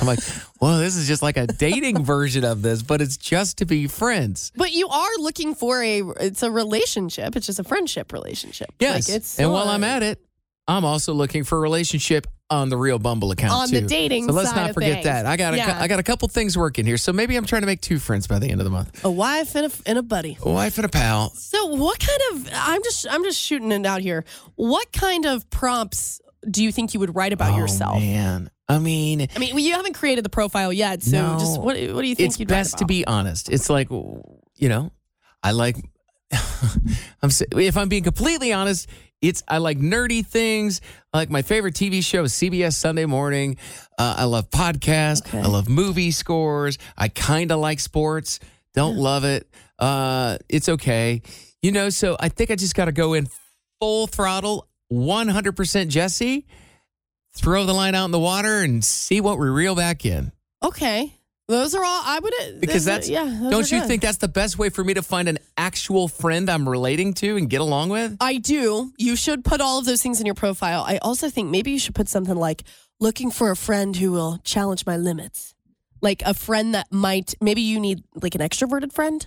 Speaker 4: I'm like, well, this is just like a dating version of this, but it's just to be friends.
Speaker 3: But you are looking for a it's a relationship. It's just a friendship relationship.
Speaker 4: Yes.
Speaker 3: Like, it's
Speaker 4: and
Speaker 3: not-
Speaker 4: while I'm at it, I'm also looking for a relationship on the real Bumble account
Speaker 3: On the
Speaker 4: too.
Speaker 3: dating
Speaker 4: So let's
Speaker 3: side
Speaker 4: not
Speaker 3: of
Speaker 4: forget
Speaker 3: things.
Speaker 4: that. I got a,
Speaker 3: Yeah.
Speaker 4: I got a couple things working here, so maybe I'm trying to make two friends by the end of the month.
Speaker 3: a wife and a, and a buddy.
Speaker 4: A wife and a pal.
Speaker 3: So what kind of I'm just I'm just shooting it out here. What kind of prompts do you think you would write about
Speaker 4: oh,
Speaker 3: yourself?
Speaker 4: Man, I mean,
Speaker 3: I mean, well, you haven't created the profile yet, so
Speaker 4: No.
Speaker 3: just what what do you think
Speaker 4: it's
Speaker 3: you'd
Speaker 4: best
Speaker 3: write
Speaker 4: to
Speaker 3: about?
Speaker 4: be honest. It's like you know, I like. I'm s- if I'm being completely honest, it's I like nerdy things. I like my favorite TV show is CBS Sunday Morning. Uh, I love podcasts. I love movie scores. I kind of like sports. Don't love it. Uh, it's okay, you know. So I think I just got to go in full throttle, 100% Jesse. Throw the line out in the water and see what we reel back in.
Speaker 3: Okay. Those are all I would uh,
Speaker 4: Because
Speaker 3: those are-
Speaker 4: that's
Speaker 3: yeah. those
Speaker 4: don't
Speaker 3: are
Speaker 4: you
Speaker 3: good.
Speaker 4: think that's the best way for me to find an actual friend I'm relating to and get along with?
Speaker 3: I do. You should put all of those things in your profile. I also think maybe you should put something like looking for a friend who will challenge my limits. Like a friend that might maybe you need like an extroverted friend.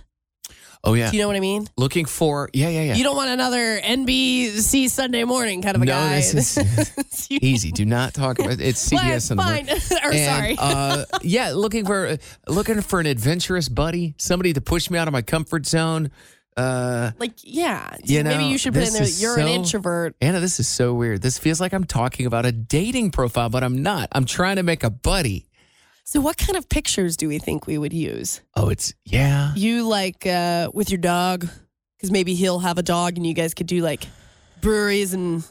Speaker 4: Oh yeah.
Speaker 3: Do you know what I mean?
Speaker 4: Looking for yeah, yeah, yeah.
Speaker 3: You don't want another NBC Sunday morning kind of a
Speaker 4: No,
Speaker 3: guy.
Speaker 4: this
Speaker 3: is
Speaker 4: Easy. Do not talk about it's CBS and the
Speaker 3: fine. or
Speaker 4: And,
Speaker 3: sorry.
Speaker 4: uh, yeah, looking for looking for an adventurous buddy, somebody to push me out of my comfort zone. Uh,
Speaker 3: like yeah.
Speaker 4: you
Speaker 3: maybe
Speaker 4: know,
Speaker 3: you should put in
Speaker 4: this
Speaker 3: there
Speaker 4: is
Speaker 3: you're an
Speaker 4: so-
Speaker 3: introvert.
Speaker 4: Anna, this is so weird. This feels like I'm talking about a dating profile, but I'm not. I'm trying to make a buddy.
Speaker 3: So, what kind of pictures do we think we would use?
Speaker 4: Oh, it's yeah.
Speaker 3: You like uh, with your dog, because maybe he'll have a dog, and you guys could do like breweries and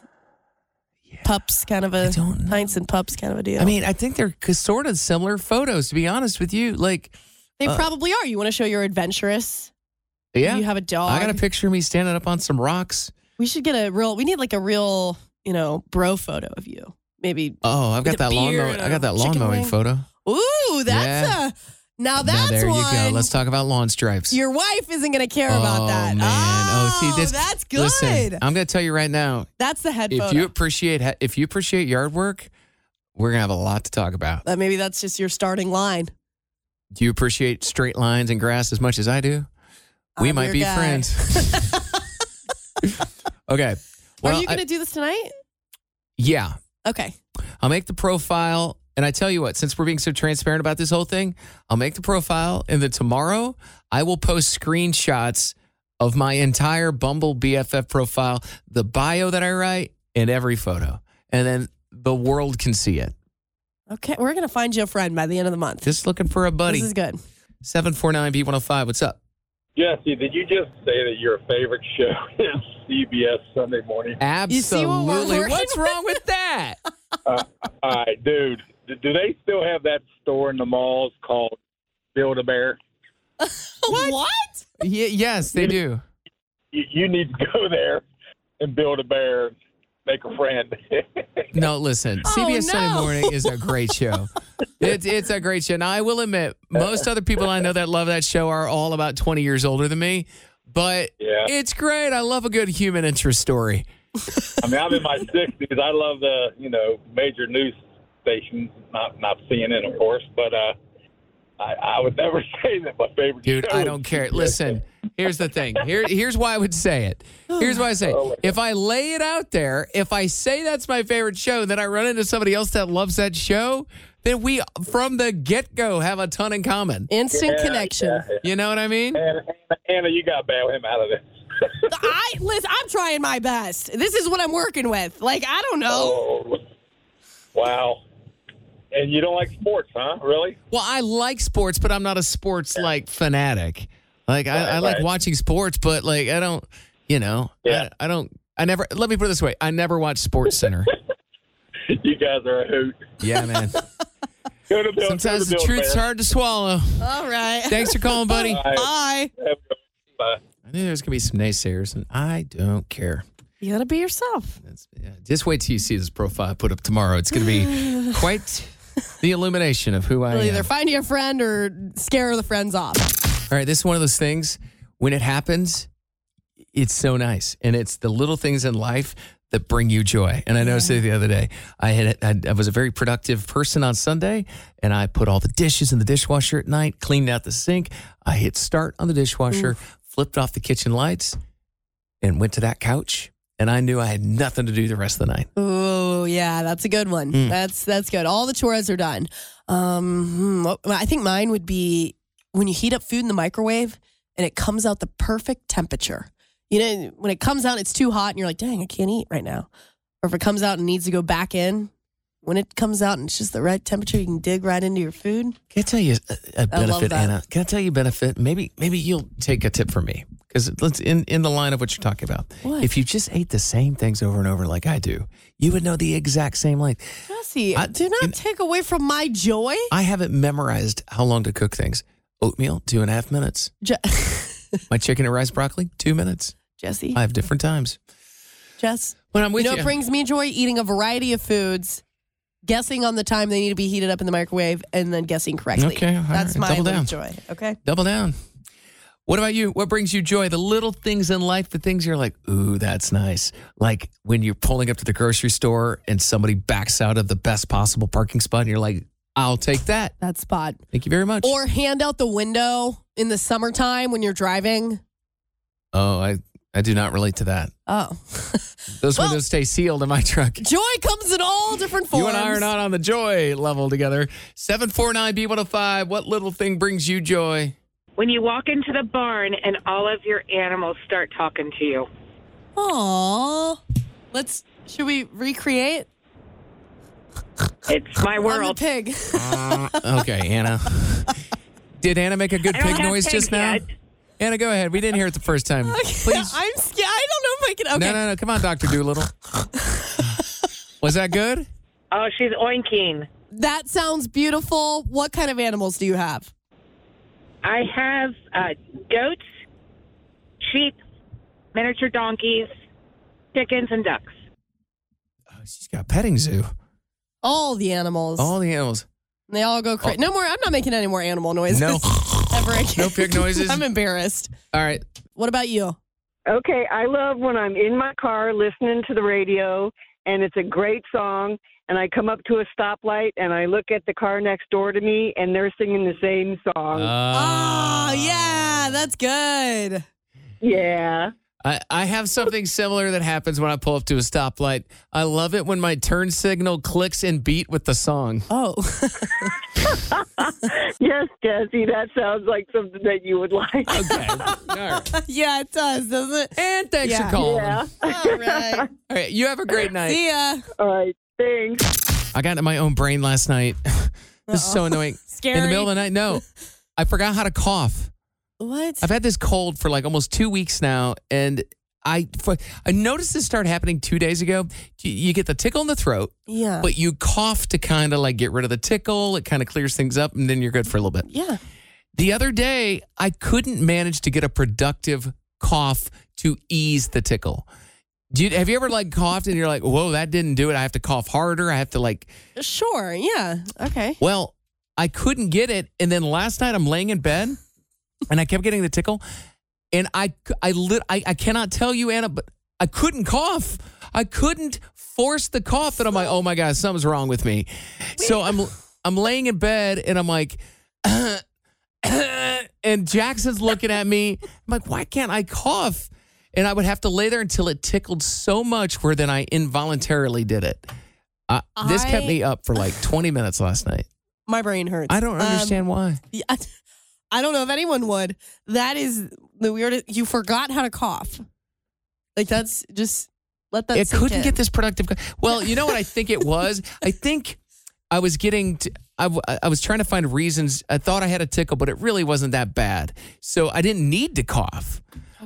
Speaker 3: pups, kind of a
Speaker 4: don't know.
Speaker 3: pints and pups, kind of a deal.
Speaker 4: I mean, I think they're sort of similar photos. To be honest with you, like
Speaker 3: they probably are. You want to show you're adventurous.
Speaker 4: uh, yeah,
Speaker 3: You have a dog.
Speaker 4: I got a picture of me standing up on some rocks.
Speaker 3: we should get a real. We need like a real, you know, bro photo of you. Maybe.
Speaker 4: Oh, I've
Speaker 3: With
Speaker 4: got
Speaker 3: a
Speaker 4: that lawn
Speaker 3: beard
Speaker 4: mowing.
Speaker 3: and
Speaker 4: I got
Speaker 3: a
Speaker 4: that lawn
Speaker 3: chicken
Speaker 4: mowing
Speaker 3: wing.
Speaker 4: photo.
Speaker 3: Ooh, that's
Speaker 4: Yeah.
Speaker 3: a. Now
Speaker 4: Now,
Speaker 3: that's
Speaker 4: there
Speaker 3: one.
Speaker 4: you go. Let's talk about lawn stripes.
Speaker 3: your wife isn't going to care about
Speaker 4: Oh,
Speaker 3: that.
Speaker 4: Man. Oh, see this.
Speaker 3: that's good.
Speaker 4: Listen, I'm going to tell you right now.
Speaker 3: that's the head
Speaker 4: If
Speaker 3: photo.
Speaker 4: you appreciate ha- if you appreciate yard work, we're going to have a lot to talk about.
Speaker 3: Uh, maybe that's just your starting line.
Speaker 4: Do you appreciate straight lines and grass as much as I do? We
Speaker 3: I'm
Speaker 4: might
Speaker 3: your
Speaker 4: be
Speaker 3: guy.
Speaker 4: friends. okay. Well,
Speaker 3: Are you
Speaker 4: I-
Speaker 3: going to do this tonight?
Speaker 4: yeah.
Speaker 3: Okay.
Speaker 4: I'll make the profile. And I tell you what, since we're being so transparent about this whole thing, I'll make the profile. And then tomorrow, I will post screenshots of my entire Bumble BFF profile, the bio that I write, and every photo. And then the world can see it.
Speaker 3: Okay. We're going to find you a friend by the end of the month.
Speaker 4: Just looking for a buddy.
Speaker 3: This is good.
Speaker 4: 749 B105. What's up?
Speaker 5: Jesse, did you just say that your favorite show is CBS Sunday morning?
Speaker 4: Absolutely.
Speaker 3: see what we're working
Speaker 4: What's wrong with that?
Speaker 5: Uh, all right, dude. Do do they still have that store in the malls called Build a Bear?
Speaker 3: What?
Speaker 4: Ye- yes, they do.
Speaker 5: You, you need to go there and build a bear, and make a friend.
Speaker 4: No, listen,
Speaker 3: Oh,
Speaker 4: CBS Sunday
Speaker 3: no.
Speaker 4: Morning is a great show. It's it's a great show. Now I will admit, most other people I know that love that show are all about twenty years older than me. But
Speaker 5: Yeah.
Speaker 4: it's great. I love a good human interest story.
Speaker 5: I mean, I'm in my 60s. I love the you know major news stations, not not CNN, of course, but uh, I, I would never say that my favorite.
Speaker 4: Dude,
Speaker 5: show
Speaker 4: I
Speaker 5: is
Speaker 4: don't care.
Speaker 5: CBS.
Speaker 4: Listen, here's the thing. Here, here's why I would say it. Here's why I
Speaker 5: Oh,
Speaker 4: say it. If I lay it out there, if I say that's my favorite show, then I run into somebody else that loves that show, then we from the get go have a ton in common.
Speaker 3: Instant
Speaker 5: Yeah,
Speaker 3: connection.
Speaker 5: yeah, yeah.
Speaker 4: You know what I mean?
Speaker 5: Anna, Anna, Anna, you got to bail him out of this.
Speaker 3: I listen, I'm trying my best. This is what I'm working with. Like, I don't know.
Speaker 5: Oh, wow. And you don't like sports, huh? Really?
Speaker 4: Well, I like sports, but I'm not a sports like fanatic. Like I, I like
Speaker 5: right.
Speaker 4: watching sports, but like I don't, you know,
Speaker 5: Yeah.
Speaker 4: I, I don't. I never. Let me put it this way: I never watch Sports Center.
Speaker 5: You guys are a hoot.
Speaker 4: yeah, man.
Speaker 5: Go to Bill,
Speaker 4: Sometimes
Speaker 5: go to
Speaker 4: the
Speaker 5: Bill
Speaker 4: truth's
Speaker 5: Bear.
Speaker 4: hard to swallow.
Speaker 3: All right.
Speaker 4: Thanks for calling, buddy.
Speaker 5: Oh. All right.
Speaker 3: Bye.
Speaker 5: Bye.
Speaker 4: I knew there's gonna be some naysayers, and I don't care.
Speaker 3: You gotta be yourself.
Speaker 4: That's, yeah, just wait till you see this profile I put up tomorrow. It's gonna be quite the illumination of who I
Speaker 3: We'll
Speaker 4: am.
Speaker 3: either find you a friend or scare the friends off.
Speaker 4: All right, this is one of those things when it happens, it's so nice. And it's the little things in life that bring you joy. And I noticed it the other day. I had I, I was a very productive person on Sunday and I put all the dishes in the dishwasher at night, cleaned out the sink, I hit start on the dishwasher, flipped off the kitchen lights and went to that couch and I knew I had nothing to do the rest of the night.
Speaker 3: Oh yeah, that's a good one.
Speaker 4: Hmm.
Speaker 3: That's that's good. All the chores are done. Um, hmm, what- I think mine would be when you heat up food in the microwave and it comes out the perfect temperature. You know, when it comes out, it's too hot, and you're like, "Dang, I can't eat right now." Or if it comes out and needs to go back in, when it comes out and it's just the right temperature, you can dig right into your food.
Speaker 4: Can I tell you a, a
Speaker 3: love
Speaker 4: benefit,
Speaker 3: that.
Speaker 4: Anna? Can I tell you a benefit? Maybe maybe you'll take a tip from me because let's in in the line of what you're talking about.
Speaker 3: What?
Speaker 4: If you just ate the same things over and over like I do, you would know the exact same length.
Speaker 3: Jesse,
Speaker 4: I-
Speaker 3: do not
Speaker 4: you know-
Speaker 3: take away from my joy.
Speaker 4: I haven't memorized how long to cook things. Oatmeal, two and a half minutes.
Speaker 3: Je-
Speaker 4: My chicken and rice broccoli, two minutes.
Speaker 3: Jesse,
Speaker 4: I have different times
Speaker 3: Jess.
Speaker 4: when I'm with
Speaker 3: you know,
Speaker 4: you.
Speaker 3: it brings me joy eating a variety of foods, guessing on the time they need to be heated up in the microwave, and then guessing correctly.
Speaker 4: Okay, all
Speaker 3: that's
Speaker 4: right,
Speaker 3: my
Speaker 4: double
Speaker 3: little
Speaker 4: down.
Speaker 3: joy. Okay,
Speaker 4: Double down. What about you? What brings you joy? The little things in life, the things you're like, ooh, that's nice. Like when you're pulling up to the grocery store and somebody backs out of the best possible parking spot and you're like, I'll take that.
Speaker 3: that spot.
Speaker 4: Thank you very much.
Speaker 3: Or hand out the window in the summertime when you're driving.
Speaker 4: oh, I, I do not relate to that.
Speaker 3: Oh,
Speaker 4: Those
Speaker 3: Well-
Speaker 4: windows stay sealed in my truck.
Speaker 3: joy comes in all different forms.
Speaker 4: You and I are not on the joy level together. 749B105, what little thing brings you joy?
Speaker 6: when you walk into the barn and all of your animals start talking to you.
Speaker 3: Aw, let's. Should we recreate
Speaker 6: It's my
Speaker 3: I'm the
Speaker 6: world.
Speaker 3: pig?
Speaker 4: okay, Anna. Did Anna make a good
Speaker 6: I don't
Speaker 4: pig
Speaker 6: have
Speaker 4: noise
Speaker 6: pigs
Speaker 4: just now?
Speaker 6: yet.
Speaker 4: Anna, go ahead. We didn't hear it the first time. Please.
Speaker 3: I'm scared. I don't know if I can. Okay,
Speaker 4: No, no, no. Come on, Dr. Doolittle. Was that good?
Speaker 6: Oh, she's oinking.
Speaker 3: that sounds beautiful. What kind of animals do you have?
Speaker 6: I have uh, goats, sheep, miniature donkeys, chickens, and ducks.
Speaker 4: Oh, she's got a petting zoo.
Speaker 3: All the animals.
Speaker 4: All the animals.
Speaker 3: They all go crazy. No more. I'm not making any more animal noises.
Speaker 4: Oh. No.
Speaker 3: Ever again.
Speaker 4: No pig noises?
Speaker 3: I'm embarrassed.
Speaker 4: All right.
Speaker 3: What about you?
Speaker 7: Okay, I love when I'm in my car listening to the radio and it's a great song and I come up to a stoplight and I look at the car next door to me and they're singing the same song.
Speaker 4: Uh.
Speaker 3: oh, yeah. That's good.
Speaker 7: yeah.
Speaker 4: I, I have something similar that happens when I pull up to a stoplight. I love it when my turn signal clicks in beat with the song.
Speaker 3: Oh.
Speaker 7: Yes, Jesse, that sounds like something that you would like.
Speaker 4: Okay. All right.
Speaker 3: yeah, it does, doesn't it?
Speaker 4: And thanks
Speaker 3: Yeah.
Speaker 4: for calling.
Speaker 7: yeah.
Speaker 3: All right.
Speaker 4: All right. You have a great night.
Speaker 3: See ya.
Speaker 7: All right. Thanks.
Speaker 4: I got in my own brain last night. this is so annoying.
Speaker 3: Scary.
Speaker 4: In the middle of the night? No. I forgot how to cough.
Speaker 3: What?
Speaker 4: I've had this cold for like almost two weeks now, and I for, I noticed this start happening two days ago. You, you get the tickle in the throat,
Speaker 3: yeah.
Speaker 4: but you cough to kind of like get rid of the tickle. It kind of clears things up, and then you're good for a little bit.
Speaker 3: yeah.
Speaker 4: The other day, I couldn't manage to get a productive cough to ease the tickle. Do you, have you ever like coughed and you're like, whoa, that didn't do it? I have to cough harder. I have to like
Speaker 3: Sure. Yeah. Okay.
Speaker 4: well, I couldn't get it, and then last night I'm laying in bed, and I kept getting the tickle, and I c- I lit I, I cannot tell you Anna, but I couldn't cough. I couldn't force the cough, and I'm like, oh my god, something's wrong with me. So I'm I'm laying in bed, and I'm like. and Jackson's looking at me. I'm like, why can't I cough? And I would have to lay there until it tickled so much where then I involuntarily did it. Uh, this kept
Speaker 3: I-
Speaker 4: me up for like 20 minutes last night.
Speaker 3: My brain hurts.
Speaker 4: I don't
Speaker 3: Um,
Speaker 4: understand why.
Speaker 3: yeah, I, don't know if anyone would. That is the weirdest. You forgot how to cough. Like that's just let that.
Speaker 4: It
Speaker 3: sink
Speaker 4: couldn't
Speaker 3: in.
Speaker 4: get this productive. co- Well, you know what I think it was? I think I was getting, t- I, w- I was trying to find reasons. I thought I had a tickle, but it really wasn't that bad. So I didn't need to cough.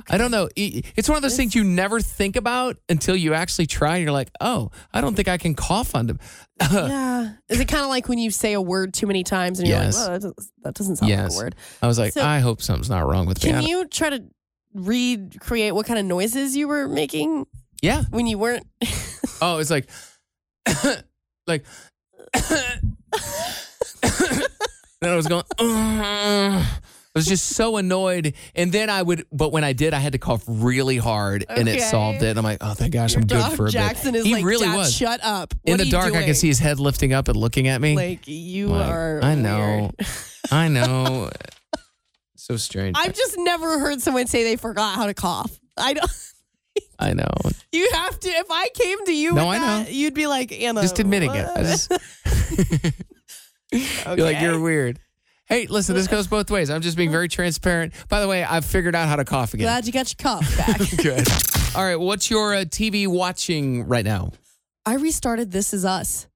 Speaker 4: I don't know. I- It's one of those things you never think about until you actually try. And you're like, oh, I don't think I can cough on them.
Speaker 3: Yeah. Is it kind of like when you say a word too many times and
Speaker 4: Yes.
Speaker 3: you're like, well, that doesn't, that doesn't sound like
Speaker 4: Yes.
Speaker 3: a word?
Speaker 4: I was like,
Speaker 3: So-
Speaker 4: I hope something's not wrong with me. I
Speaker 3: Can
Speaker 4: don't-
Speaker 3: you try to recreate what kind of noises you were making
Speaker 4: yeah.
Speaker 3: when you weren't?
Speaker 4: Oh, it's like, like, then I was going, I was just so annoyed. And then I would, but when I did, I had to cough really hard and it
Speaker 3: Okay.
Speaker 4: solved it. And I'm like, oh, thank gosh,
Speaker 3: Your
Speaker 4: I'm good
Speaker 3: dog
Speaker 4: for a
Speaker 3: Jackson
Speaker 4: bit.
Speaker 3: is
Speaker 4: he
Speaker 3: like,
Speaker 4: really
Speaker 3: "Dad,
Speaker 4: was.
Speaker 3: shut up.
Speaker 4: In
Speaker 3: What
Speaker 4: the
Speaker 3: are you
Speaker 4: dark, I
Speaker 3: doing?"
Speaker 4: could see his head lifting up and looking at me.
Speaker 3: Like, you
Speaker 4: Like,
Speaker 3: are.
Speaker 4: I know.
Speaker 3: weird.
Speaker 4: I know. so strange. i
Speaker 3: I've just never heard someone say they forgot how to cough. I don't.
Speaker 4: know.
Speaker 3: You have to. If I came to you,
Speaker 4: No,
Speaker 3: with
Speaker 4: I
Speaker 3: that,
Speaker 4: know.
Speaker 3: You'd be like Anna.
Speaker 4: Just admitting it. I just,
Speaker 3: okay.
Speaker 4: You're like, you're weird. Hey, listen, this goes both ways. I'm just being very transparent. By the way, I've figured out how to cough again.
Speaker 3: glad you got your cough back.
Speaker 4: Good. All right, what's your uh, TV watching right now?
Speaker 3: I restarted This Is Us.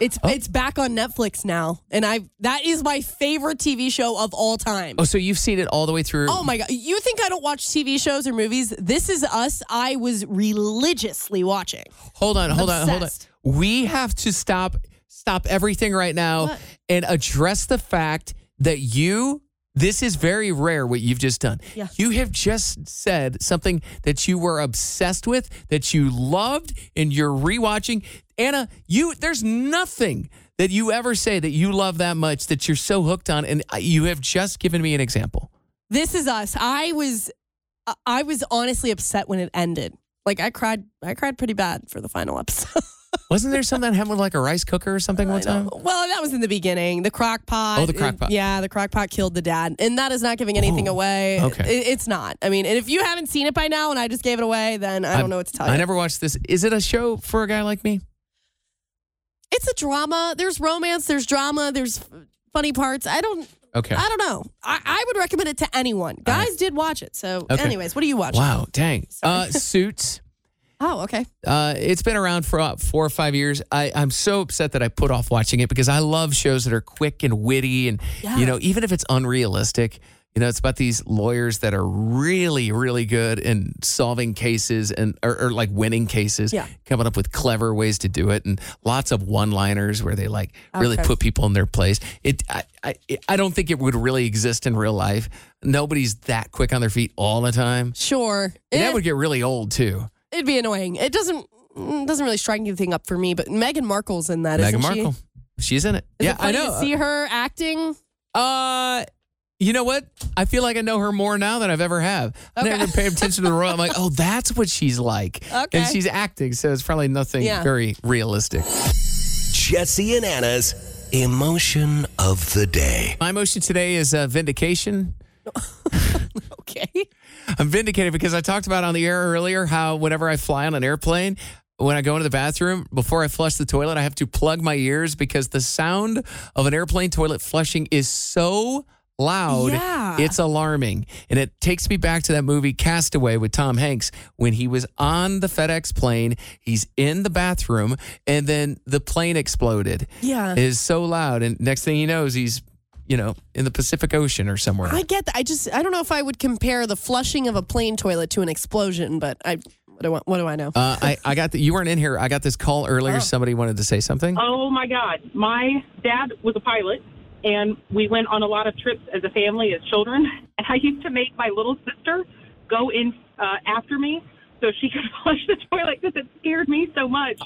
Speaker 3: It's it's back on Netflix now, and I that is my favorite TV show of all time.
Speaker 4: Oh, so you've seen it all the way through?
Speaker 3: Oh my god! You think I don't watch TV shows or movies? This Is Us. I was religiously watching.
Speaker 4: Hold on, hold on, hold on.
Speaker 3: Obsessed.
Speaker 4: We have to stop stop everything right now
Speaker 3: What?
Speaker 4: and address the fact that you this is very rare what you've just done.
Speaker 3: Yeah.
Speaker 4: You have just said something that you were obsessed with, that you loved, and you're rewatching. Anna, you there's nothing that you ever say that you love that much that you're so hooked on, and uh, you have just given me an example.
Speaker 3: This Is Us. I was I- I was honestly upset when it ended. Like I cried. I cried pretty bad for the final episode.
Speaker 4: Wasn't there something that happened with like a rice cooker or something one
Speaker 3: Oh, I know.
Speaker 4: time?
Speaker 3: Well, that was in the beginning. The crock pot.
Speaker 4: Oh, the crock
Speaker 3: it-
Speaker 4: pot.
Speaker 3: yeah, the crock pot killed the dad. And that is not giving anything
Speaker 4: Oh,
Speaker 3: away.
Speaker 4: okay.
Speaker 3: It- it's not. I mean, and if you haven't seen it by now and I just gave it away, then I don't know what to tell you.
Speaker 4: I never watched this. Is it a show for a guy like me?
Speaker 3: it's a drama. There's romance, there's drama, there's f- funny parts. I don't
Speaker 4: Okay.
Speaker 3: I don't know. I, I would recommend it to anyone. Guys did watch it. So
Speaker 4: Okay.
Speaker 3: anyways, what do you watch?
Speaker 4: Wow, dang. Uh, suits.
Speaker 3: Oh, okay.
Speaker 4: Uh, it's been around for uh, four or five years. I, I'm so upset that I put off watching it because I love shows that are quick and witty, and you know, even if it's unrealistic, you know, it's about these lawyers that are really, really good in solving cases and or, or like winning cases,
Speaker 3: Yeah.
Speaker 4: coming up with clever ways to do it, and lots of one-liners where they like really
Speaker 3: Okay.
Speaker 4: put people in their place. It, I, I, I don't think it would really exist in real life. Nobody's that quick on their feet all the time.
Speaker 3: Sure.
Speaker 4: And
Speaker 3: Eh,
Speaker 4: that would get really old too.
Speaker 3: it'd be annoying. It doesn't mm, doesn't really strike anything up for me, but Meghan Markle's in that,
Speaker 4: Meghan
Speaker 3: not
Speaker 4: Markle. She's in it.
Speaker 3: She? Is
Speaker 4: yeah,
Speaker 3: it funny
Speaker 4: I know.
Speaker 3: To see her acting.
Speaker 4: uh, you know what? I feel like I know her more now than I've ever have. I
Speaker 3: Okay.
Speaker 4: never paid attention to the role. I'm like, oh, that's what she's like.
Speaker 3: Okay.
Speaker 4: And she's acting, so it's probably nothing
Speaker 3: Yeah.
Speaker 4: very realistic.
Speaker 2: Jesse and Anna's emotion of the day.
Speaker 4: My motion today is uh, vindication.
Speaker 3: Okay.
Speaker 4: I'm vindicated because I talked about on the air earlier how whenever I fly on an airplane, when I go into the bathroom, before I flush the toilet, I have to plug my ears because the sound of an airplane toilet flushing is so loud.
Speaker 3: Yeah.
Speaker 4: It's alarming. And it takes me back to that movie Castaway with Tom Hanks when he was on the FedEx plane. He's in the bathroom and then the plane exploded.
Speaker 3: Yeah.
Speaker 4: It is so loud. And next thing he knows, he's you know, in the Pacific Ocean or somewhere.
Speaker 3: I get that. I just I don't know if I would compare the flushing of a plane toilet to an explosion, but I what do I, what do I know?
Speaker 4: Uh, I, I got the, you weren't in here. I got this call
Speaker 3: Oh.
Speaker 4: earlier. Somebody wanted to say something.
Speaker 8: Oh my God. My dad was a pilot, and we went on a lot of trips as a family, as children. And I used to make my little sister go in uh, after me so she could flush the toilet because it scared me so much.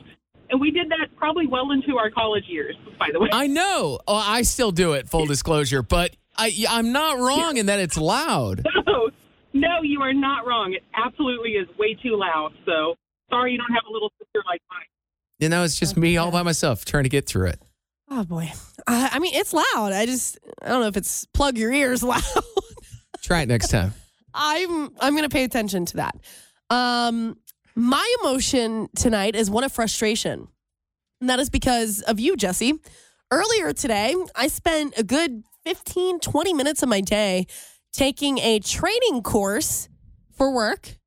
Speaker 8: And we did that probably well into our college years, by the way.
Speaker 4: I know. Oh, I still do it. Full disclosure, but I, I'm not wrong in that it's loud.
Speaker 8: No, no, you are not wrong. It absolutely is way too loud. So sorry you don't have a little sister like mine.
Speaker 4: You know, it's just me all by myself trying to get through it.
Speaker 3: Oh boy. I, I mean, it's loud. I just I don't know if it's plug your ears loud.
Speaker 4: Try it next time.
Speaker 3: I'm I'm going to pay attention to that. Um my emotion tonight is one of frustration. And that is because of you, Jesse. Earlier today, I spent a good 15 20 minutes of my day taking a training course for work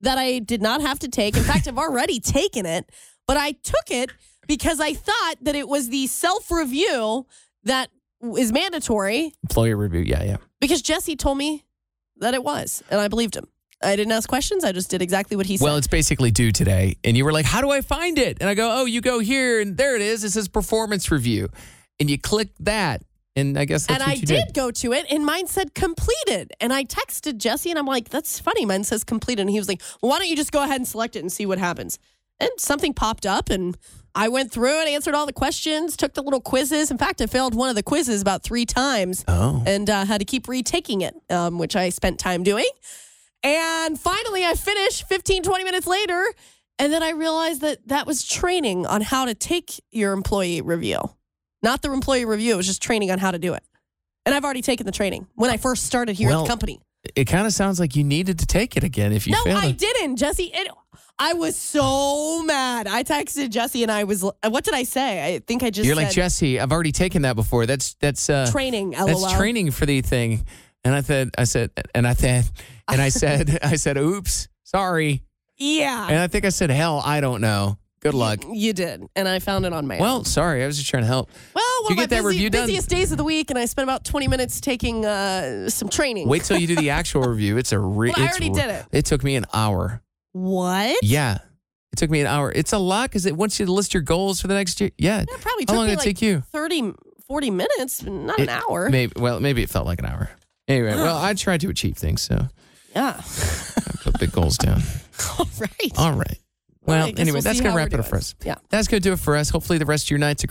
Speaker 3: that I did not have to take. In fact, I've already taken it, but I took it because I thought that it was the self-review that is mandatory
Speaker 4: Employer review. Yeah, yeah.
Speaker 3: because Jesse told me that it was, and I believed him. I didn't ask questions. I just did exactly what he said.
Speaker 4: Well, it's basically due today. And you were like, how do I find it? And I go, oh, you go here and there it is. It says performance review. And you click that. And I guess that's
Speaker 3: and
Speaker 4: what
Speaker 3: I
Speaker 4: you
Speaker 3: did, go to it, and mine said completed. And I texted Jesse, and I'm like, "That's funny." Mine says completed, and he was like, well, "Why don't you just go ahead and select it and see what happens?" And something popped up, and I went through and answered all the questions, took the little quizzes. In fact, I failed one of the quizzes about three times,
Speaker 4: Oh.
Speaker 3: and uh, had to keep retaking it, um, which I spent time doing. And finally, I finished 15, 20 minutes later, and then I realized that that was training on how to take your employee review, not the employee review. It was just training on how to do it. And I've already taken the training when I first started here at
Speaker 4: Well,
Speaker 3: the company.
Speaker 4: It kind of sounds like you needed to take it again if you
Speaker 3: No,
Speaker 4: failed.
Speaker 3: I
Speaker 4: it.
Speaker 3: didn't, Jesse. It, I was so mad. I texted Jesse and I was, what did I say? I think I just
Speaker 4: You're
Speaker 3: said
Speaker 4: like, Jesse, I've already taken that before. That's, that's, uh,
Speaker 3: training, lol.
Speaker 4: that's training for the thing. And I said, I said, and I said, and I said, I said, oops, sorry.
Speaker 3: Yeah,
Speaker 4: And I think I said, hell, I don't know. Good luck.
Speaker 3: you did. And I found it on my own.
Speaker 4: Well, sorry. I was just trying to help.
Speaker 3: Well, one
Speaker 4: you
Speaker 3: of
Speaker 4: get
Speaker 3: my
Speaker 4: that
Speaker 3: busy-
Speaker 4: review done.
Speaker 3: busiest days of the week, and I spent about 20 minutes taking uh, some training.
Speaker 4: Wait till you do the actual review. It's a re-
Speaker 3: Well, I
Speaker 4: it's
Speaker 3: already
Speaker 4: re-
Speaker 3: did it.
Speaker 4: It took me an hour.
Speaker 3: What?
Speaker 4: Yeah. It took me an hour. It's a lot because it wants you to list your goals for the next year. Yeah.
Speaker 3: That probably
Speaker 4: How
Speaker 3: took
Speaker 4: long
Speaker 3: me
Speaker 4: did it
Speaker 3: like
Speaker 4: take you?
Speaker 3: 30, 40 minutes, but not an
Speaker 4: It-
Speaker 3: hour.
Speaker 4: Maybe. Well, maybe it felt like an hour. Anyway, well, I tried to achieve things, so
Speaker 3: Yeah.
Speaker 4: I put big goals down.
Speaker 3: All right.
Speaker 4: All right. Well,
Speaker 3: I guess
Speaker 4: anyway,
Speaker 3: we'll
Speaker 4: that's
Speaker 3: see
Speaker 4: gonna
Speaker 3: how
Speaker 4: wrap
Speaker 3: we're
Speaker 4: it up for
Speaker 3: doing.
Speaker 4: us.
Speaker 3: Yeah.
Speaker 4: That's gonna do it for us. Hopefully, the rest of your night's a